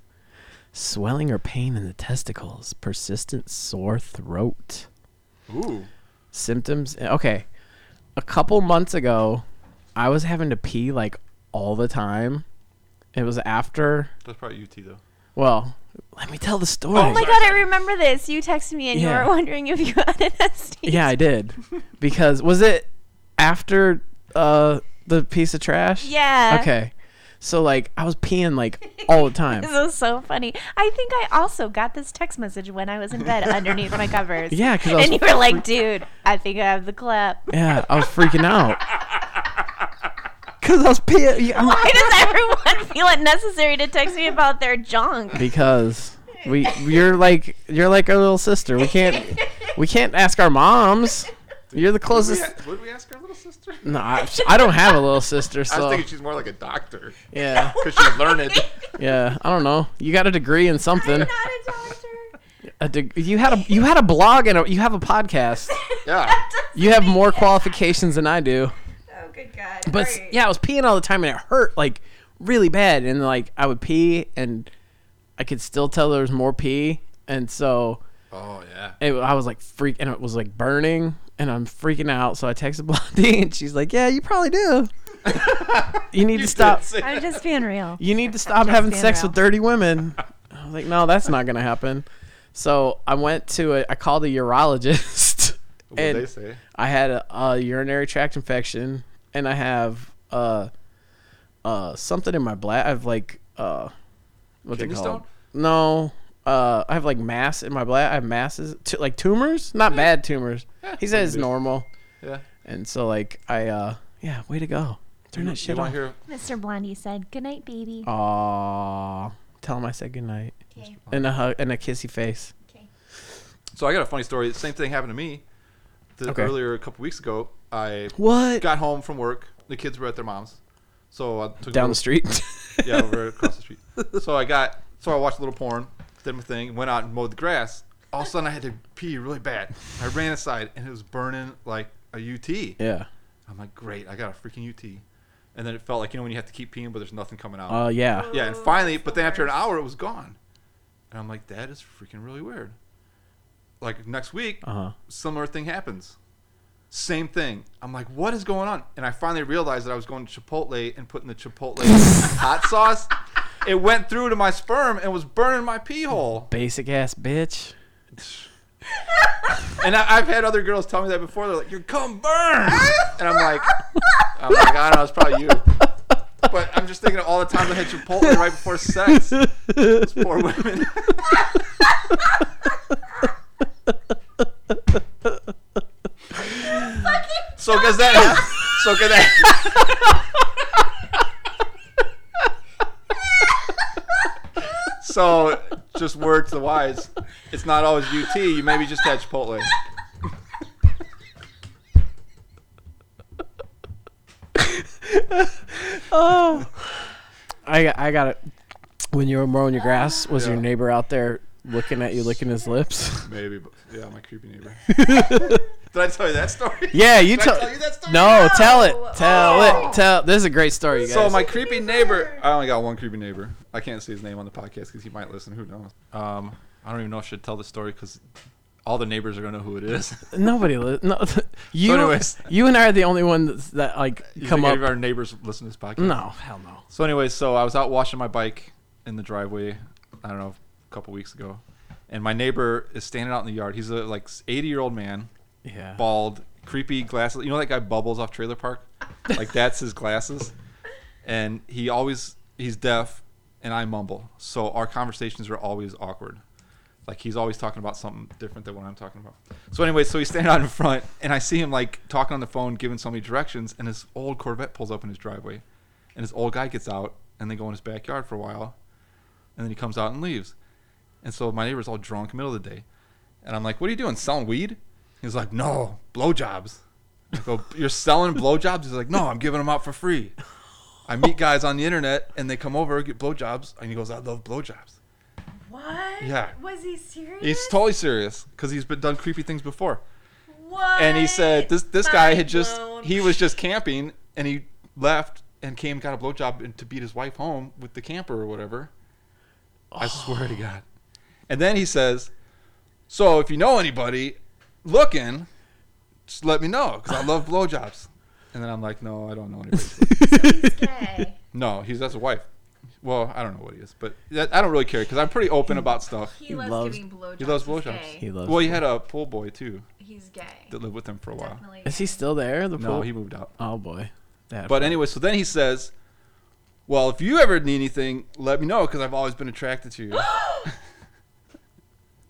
swelling or pain in the testicles, persistent sore throat.
Ooh.
symptoms. Okay, a couple months ago, I was having to pee like all the time. It was after.
That's probably UT though.
Well, let me tell the story.
oh my god, I remember this. You texted me and
Yeah.
you were wondering if you had an STD.
Yeah, I did. Because was it after uh the piece of trash?
Yeah.
Okay. So like I was peeing like all the time.
This is so funny. I think I also got this text message when I was in bed underneath my covers.
Yeah, 'cause I was
and you were like, dude, I think I have the clap.
Yeah, I was freaking out. Cause I was peeing. yeah, I'm like-
Why does everyone feel it necessary to text me about their junk?
because we you're like you're like our little sister. We can't we can't ask our moms. You're the
Would we,
closest.
a- would we ask our little sister?
No, I, I don't have a little sister,
I was
so
thinking she's more like a doctor
yeah,
because she's learned.
yeah. I don't know. You got a degree in
I'm
something.
not a doctor.
A deg- you had a you had a blog and a, you have a podcast.
Yeah.
You have more qualifications than I do.
Oh, good God.
But s- yeah, I was peeing all the time and it hurt like really bad. And like I would pee and I could still tell there was more pee. And so
Oh yeah.
it, I was like freak, and it was like burning, and I'm freaking out. So I texted Blondie, and she's like, "Yeah, you probably do. you need to stop.
I'm just being real.
You need to stop having
being
sex
real.
with dirty women." I was like, "No, that's not gonna happen." So I went to a, I called a urologist,
What
and
they say?
I had a, a urinary tract infection, and I have uh uh something in my bladder. I have like uh what's
Kidney
it called?
stone?
No, uh I have like mass in my bladder. I have masses, t- like tumors, not bad tumors. he said it's
Maybe.
normal,
Yeah.
and so like I uh yeah, way to go. Turn that shit
you wanna
off.
hear?
Mr. Blondie said, good night, baby.
Oh. Aw, tell him I said goodnight
Okay.
and a hug and a kissy face.
So I got a funny story. The same thing happened to me. The,
Okay.
Earlier, a couple weeks ago, I
What
got home from work. The kids were at their mom's, so I took
down
them-
the street?
yeah, over across the street. So I got, so I watched a little porn, did my thing, went out and mowed the grass. All of a sudden, I had to pee really bad. I ran inside, and it was burning like a UT.
yeah.
I'm like, great, I got a freaking UT. And then it felt like you know when you have to keep peeing, but there's nothing coming out.
Oh yeah.
yeah, and
Oh,
finally,
that's
but
the
then after an
worst.
hour, it was gone. And I'm like, that is freaking really weird. Like next week,
Uh huh.
similar thing happens. Same thing. I'm like, what is going on? And I finally realized that I was going to Chipotle and putting the Chipotle hot sauce. It went through to my sperm and was burning my pee hole.
Basic ass bitch.
And I, I've had other girls tell me that before. They're like, "Your cum burns," and I'm like, "I'm like, I don't know, it's probably you." But I'm just thinking of all the times I had Chipotle right before sex. Those poor women. so does that? hap- So can that? so just word to the wise, it's not always UT. You maybe just had Chipotle.
oh. I got- I got it. When you were mowing your grass, was your
Yeah.
neighbor out there looking at you, licking his lips?
Maybe, but yeah, my creepy neighbor. Did I tell you that story?
Yeah, you
Did
tell.
I tell you that story?
No, tell it,
No.
tell
Oh.
it, tell. This is a great story, you guys.
So my creepy neighbor. I only got one creepy neighbor. I can't say his name on the podcast because he might listen. Who knows? Um, I don't even know if I should tell the story because all the neighbors are gonna know who it is.
Nobody, li- no, you,
anyways.
you and I are the only ones that like
You
come
think
up.
any of our neighbors listen to this podcast?
No, hell no.
So anyway, so I was out washing my bike in the driveway. I don't know, a couple weeks ago, and my neighbor is standing out in the yard. He's a like 80 year old man,
Yeah.
bald, creepy glasses. You know that guy Bubbles off Trailer Park? Like that's his glasses. And he always he's deaf and I mumble. So our conversations are always awkward. Like he's always talking about something different than what I'm talking about. So anyway, so he's standing out in front and I see him like talking on the phone, giving somebody directions, and his old Corvette pulls up in his driveway. And his old guy gets out and they go in his backyard for a while. And then he comes out and leaves. And so my neighbor's all drunk middle of the day. And I'm like, what are you doing? Selling weed? He's like, no, blowjobs. I go, you're selling blowjobs? He's like, no, I'm giving them out for free. I meet guys on the internet and they come over, get blowjobs. And he goes, I love blowjobs.
What?
Yeah.
Was he serious?
He's totally serious because he's been done creepy things before.
What?
And he said, this, this guy had
Mind
just,
blown.
he was just camping and he left and came, got a blowjob and to beat his wife home with the camper or whatever. I swear to God. And then he says, So if you know anybody looking, just let me know because I love blowjobs. And then I'm like, No, I don't know anybody.
Okay.
no, he's that's a wife. Well, I don't know what he is, but that, I don't really care because I'm pretty open about stuff.
He,
He
loves,
loves-
giving blowjobs.
He loves
He's
blowjobs.
gay.
He loves.
Well, he had a pool boy too
He's gay.
that lived with him for a while.
Definitely.
Is he still there? The
No,
pool?
he moved out.
Oh boy. That
But anyway, so then he says, "Well, if you ever need anything, let me know because I've always been attracted to you."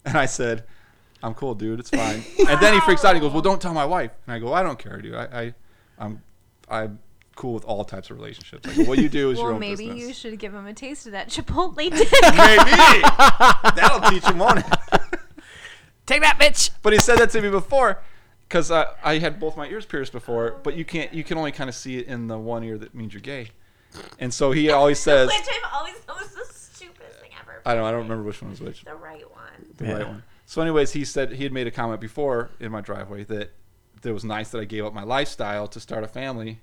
and I said, "I'm cool, dude. It's fine." and then he freaks out. He goes, "Well, don't tell my wife." And I go, "I don't care, dude. I, I I'm, I'm cool with all types of relationships. Like, what you do is your
Well,
own
maybe
business."
you should give him a taste of that Chipotle dick.
maybe that'll teach him on it.
take that bitch.
But he said that to me before, because I, I had both my ears pierced before. But you can't. You can only kind of see it in the one ear that means you're gay. And so he always says,
Which I've always thought was the stupidest thing ever.
"I don't. I don't remember which one was which."
The right one.
the
Yeah.
right one. So, anyways, he said he had made a comment before in my driveway that it was nice that I gave up my lifestyle to start a family,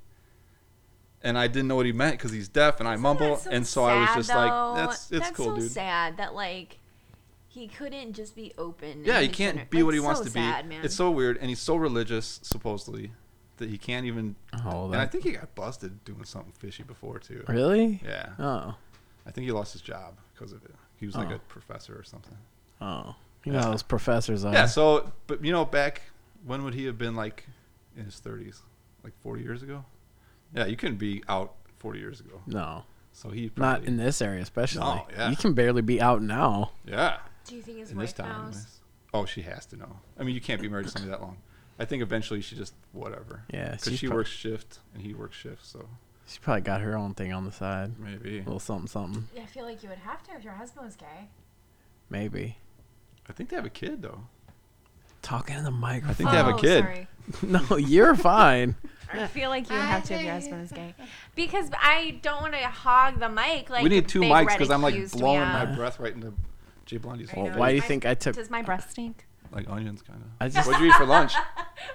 and I didn't know what he meant because he's deaf and I mumble,
That's so
and so I was
sad,
just
though.
like, "That's it's
That's
cool,
so
dude."
sad that like he couldn't just be open. and
Yeah, he
be
can't
gener-
be
That's
what he wants
so
to be.
sad, Man.
It's so weird, and he's so religious supposedly that he can't even.
Oh,
and
that-
I think he got busted doing something fishy before too.
Really?
Yeah,
Oh.
I think he lost his job because of it. He was like
Oh.
a professor or something.
Oh. You know how those professors are.
Yeah, so but you know back when would he have been like in his 30s? Like 40 years ago? Yeah, you couldn't be out 40 years ago.
no.
So he
Not
probably,
in this area, especially.
No, yeah.
You can barely be out now.
Yeah,
Do you think his
in this
wife
time.
knows?
anyways. Oh, she has to know. I mean, you can't be married to somebody that long. I think eventually she just whatever.
Yeah,
Cuz
she's
she
prob-
works shift and he works shift, so
She probably got her own thing on the side.
maybe.
A little something, something.
I feel like you would have to if your husband was gay.
Maybe.
I think they have a kid though.
Talking in the microphone.
think they have a kid.
Oh, Sorry.
no, you're fine.
I feel like you would have to if your husband was gay. Because I don't want to hog the mic. Like
we need two
Big
mics
Red
cuz I'm like
accused me
blowing
of.
my breath right into Jay Blondie's
I
whole
know.
Why do you
I-
think I took?
Does my breath stink?
like onions kind of.
I just
What'd you eat for lunch?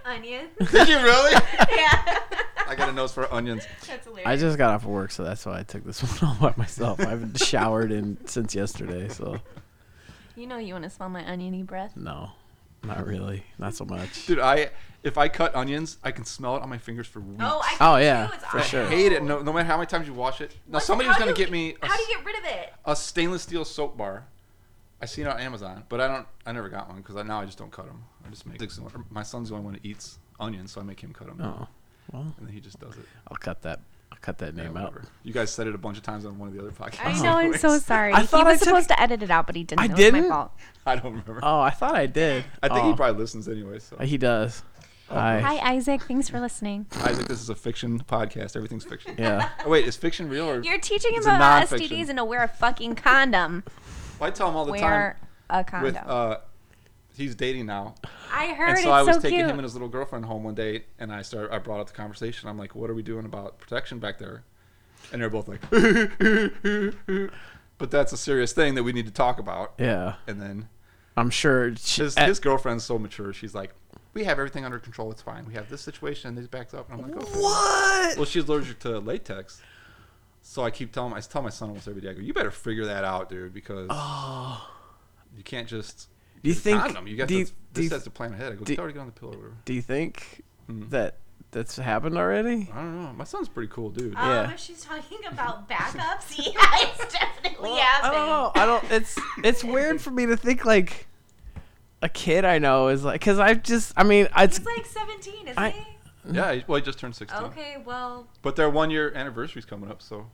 Onion.
Did you really?
yeah.
I got a nose for onions.
That's hilarious.
I just got off of work, so that's why I took this one all by myself. I haven't showered in since yesterday, so
you know you want to smell my oniony breath.
no, not really, not so much.
Dude, I if I cut onions, I can smell it on my fingers for weeks.
Oh, I
Oh,
can
yeah,
too. It's
for
awful.
sure.
I hate it. No, no matter how many times you wash it. Now
What's-
somebody
how
was gonna
do you-
get me a,
How do
s-
you get rid of it?
a stainless steel soap bar. I seen it on Amazon, but I don't. I never got one because now I just don't cut them. I just make. My son's the only one that eats onions, so I make him cut them,
No, Oh, well,
and then he just does it.
I'll cut that. I'll cut that
Yeah,
name out.
whatever. You guys said it a bunch of times on one of the other podcasts.
I know. I'm so sorry.
I
he was
thought I took-
supposed to edit it out, but he didn't.
I
it Was
didn't?
my fault.
I don't remember.
Oh, I thought I did.
I think
oh.
he Oh. probably listens anyway. So
He does. Hi.
Hi, Isaac. Thanks for listening.
Isaac, this is a fiction podcast. Everything's fiction.
Yeah.
Oh, wait, is fiction real or?
You're teaching him
It's a
about
nonfiction.
STDs and to wear a fucking condom.
I tell him all the time.
Wear a condom.
with uh, he's dating now.
I heard
and
it's
so I was
so
taking
cute.
him and his little girlfriend home one day, and I started. I brought up the conversation. I'm like, "What are we doing about protection back there?" And they're both like, "But that's a serious thing that we need to talk about."
Yeah,
And then
I'm sure. She,
his,
at-
his girlfriend's so mature. She's like, "We have everything under control. It's fine. We have this situation, and these backs up." And I'm like, "Okay."
what?
Well, she's allergic to latex, so I keep telling. I tell my son almost every day. I go, "You better figure that out, dude, because you can't just."
Oh. Do you
use a
think-
condom. You got
do you-
this,
do
this
you-
has to plan ahead. I go,
do-
you already get on the pill or whatever.
Do you think
Hmm.
that that's happened already?
I don't know. My son's a pretty cool dude.
Um,
Yeah.
if she's talking about backups, yeah, it's definitely
I
happened.
don't know. I don't. It's it's weird for me to think like a kid I know is like because I just. I mean, it's
He's like 17, isn't
I-
he?
yeah, he- well, he just turned 16.
Okay, well,
But their one year anniversary's coming up, so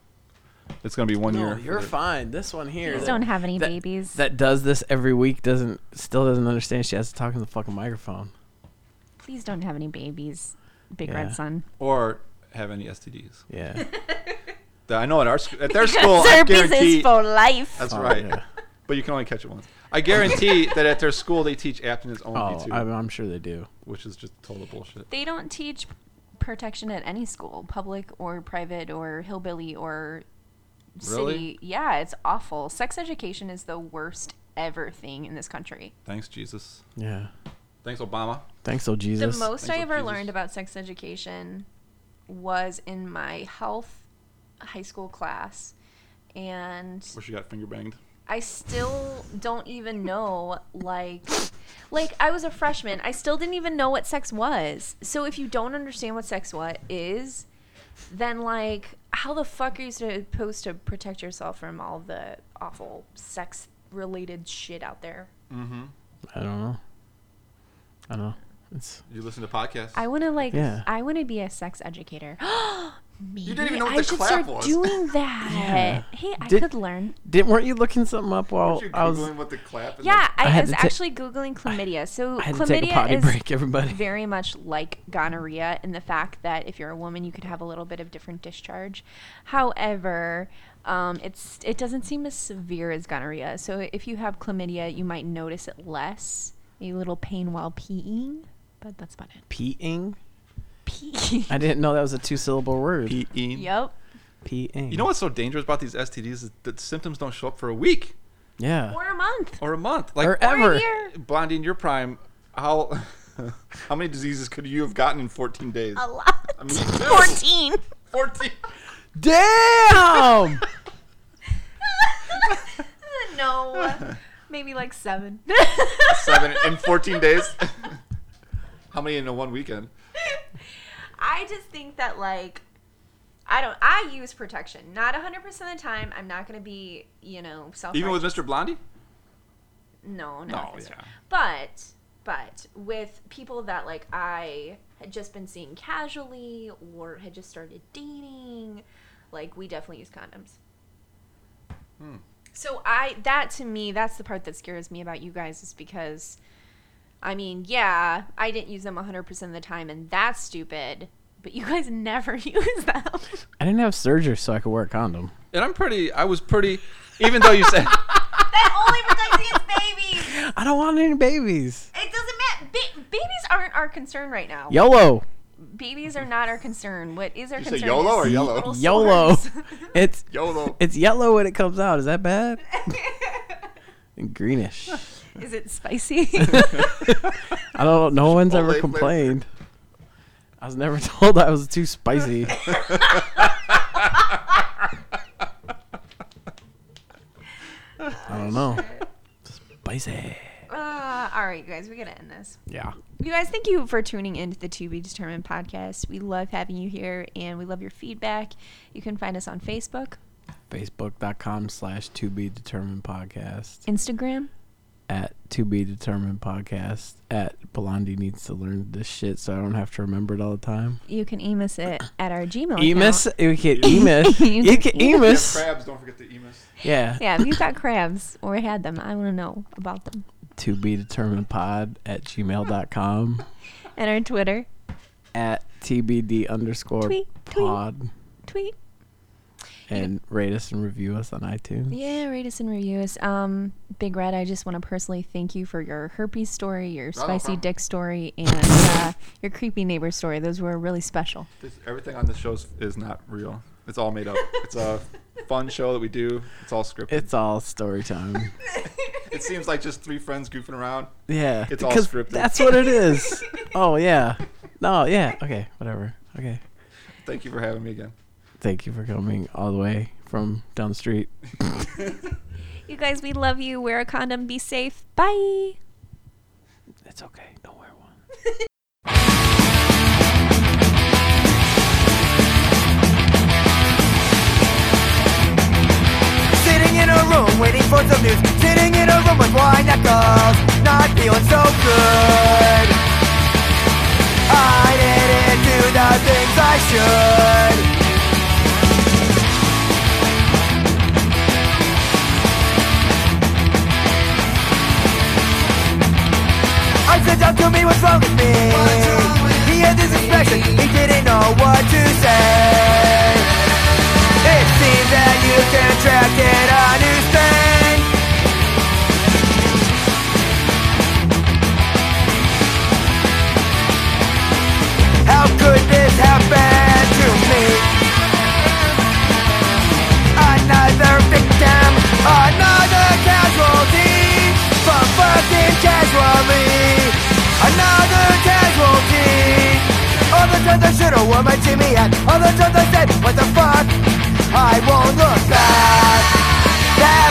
it's going to be one
no,
year. for
you're
the-
fine. This one here.
Please
that-
don't have any
that-
babies.
That does this every week doesn't still doesn't understand she has to talk in the fucking microphone.
Please don't have any babies, Big
Yeah.
Red Son.
Or have any STDs.
Yeah.
That I know at our sc- at their school, I
Herpes
guarantee.
is for life.
That's
Oh,
right.
yeah.
But you can only catch it once. I guarantee that at their school they teach abstinence only
Oh,
too,
I'm, I'm sure they do.
which is just total bullshit.
They don't teach protection at any school, public or private or hillbilly or city.
Really?
Yeah, it's awful. Sex education is the worst ever thing in this country.
Thanks Jesus.
Yeah.
Thanks Obama.
Thanks, oh Jesus.
The most I
Thanks, oh,
ever
Jesus.
learned about sex education was in my health high school class. And
Where she got finger banged.
I still don't even know like like I was a freshman. I still didn't even know what sex was. So if you don't understand what sex what is, then like how the fuck are you supposed to protect yourself from all the awful sex related shit out there?
Mm-hmm.
I don't know. I don't know. It's
You listen to podcasts.
I want to like
Yeah.
I want to be a sex educator. Maybe
didn't even know what
I
the
should
clap
start
was.
doing that.
Yeah.
Hey, I
Did-
could learn.
didn't weren't you looking something up while
Aren't you
I was?
Googling what the clap is
Yeah,
like?
I,
I had
was
to ta-
actually googling chlamydia. So
I had to
chlamydia
take a potty
is
break, everybody.
very much like gonorrhea in the fact that if you're a woman, you could have a little bit of different discharge. However, um, it's it doesn't seem as severe as gonorrhea. So if you have chlamydia, you might notice it less, a little pain while peeing, but that's about it.
Peeing?
Peeing.
I didn't know that was a two syllable word.
P-E.
yep.
Peeing.
E You know what's so dangerous about these STDs is that symptoms don't show up for a week
Yeah.
Or a month.
or a month. Like
or ever.
Blondie, in your prime, how how many diseases could you have gotten in 14 days?
a lot.
I mean,
14.
14.
Damn!
no. Maybe like seven.
Seven in 14 days. how many in a one weekend?
I just think that like I don't I use protection. Not 100% of the time. I'm not going to be, you know, self
Even with Mr. Blondie?
No, no.
No,
that's
yeah.
right. But but with people that like I had just been seeing casually or had just started dating, like we definitely use condoms.
Hmm.
So I that to me that's the part that scares me about you guys is because I mean, yeah, I didn't use them 100% of the time and that's stupid, but you guys never use them.
I didn't have surgery, so I could wear a condom.
And I'm pretty, I was pretty, even though you said,
That only protects against babies.
I don't want any babies.
It doesn't matter. Ba- babies aren't our concern right now.
YOLO.
Babies are not our concern. What is our
you say
concern?
YOLO or
is
yellow?
little
YOLO.
sores.
It's
YOLO.
it's yellow when it comes out. Is that bad? And greenish.
Is it spicy?
I don't know. No one's
Chipotle
ever
flavor.
complained. I was never told I was too spicy. I don't know. Spicy.
uh, all right, you guys, we gotta end this.
Yeah.
You guys, thank you for tuning in to the To Be Determined podcast. We love having you here, and we love your feedback. You can find us on Facebook,
Facebook.com slash to be determined podcast.
Instagram.
At to be determined podcast. At Blondie needs to learn this shit so I don't have to remember it all the time.
You can emis it at our Gmail.
Emus.
account.
You can emus.
You
You
can
can
emus.
You have
emus.
crabs, don't forget the emus.
Yeah.
Yeah, if you've got crabs or had them, I want to know about them.
to be determined pod at gmail.com
And our Twitter,
at tbd underscore
Tweet, tweet.
pod
tweet.
and rate us and review us on iTunes.
Yeah, rate us and review us. Um, Big Red, I just want to personally thank you for your herpes story, your
no
spicy
problem.
dick story, and uh, your creepy neighbor story. Those were really special.
This, everything on this show is, is not real. It's all made up. It's a fun show that we do. It's all scripted.
It's all story time.
it seems like just three friends goofing around.
yeah.
It's all
because
scripted.
That's what it is. oh yeah. No, yeah. Okay, whatever. Okay.
Thank you for having me again.
Thank you for coming all the way from down the street.
You guys, we love you. Wear a condom. Be safe. Bye.
It's okay. Don't wear one.
Sitting in a room waiting for some news. Sitting in a room with wine knuckles. Not feeling so good. I didn't do the things I should. I said up to me, what's wrong with me? He had this expression, he didn't know what to say. It seems that you contracted a new strain. How could this happen to me? Another victim, another casualty from fucking casualty. Another casualty. All the times I should've worn my Jimmy hat. All the times I said, what the fuck? I won't look back. That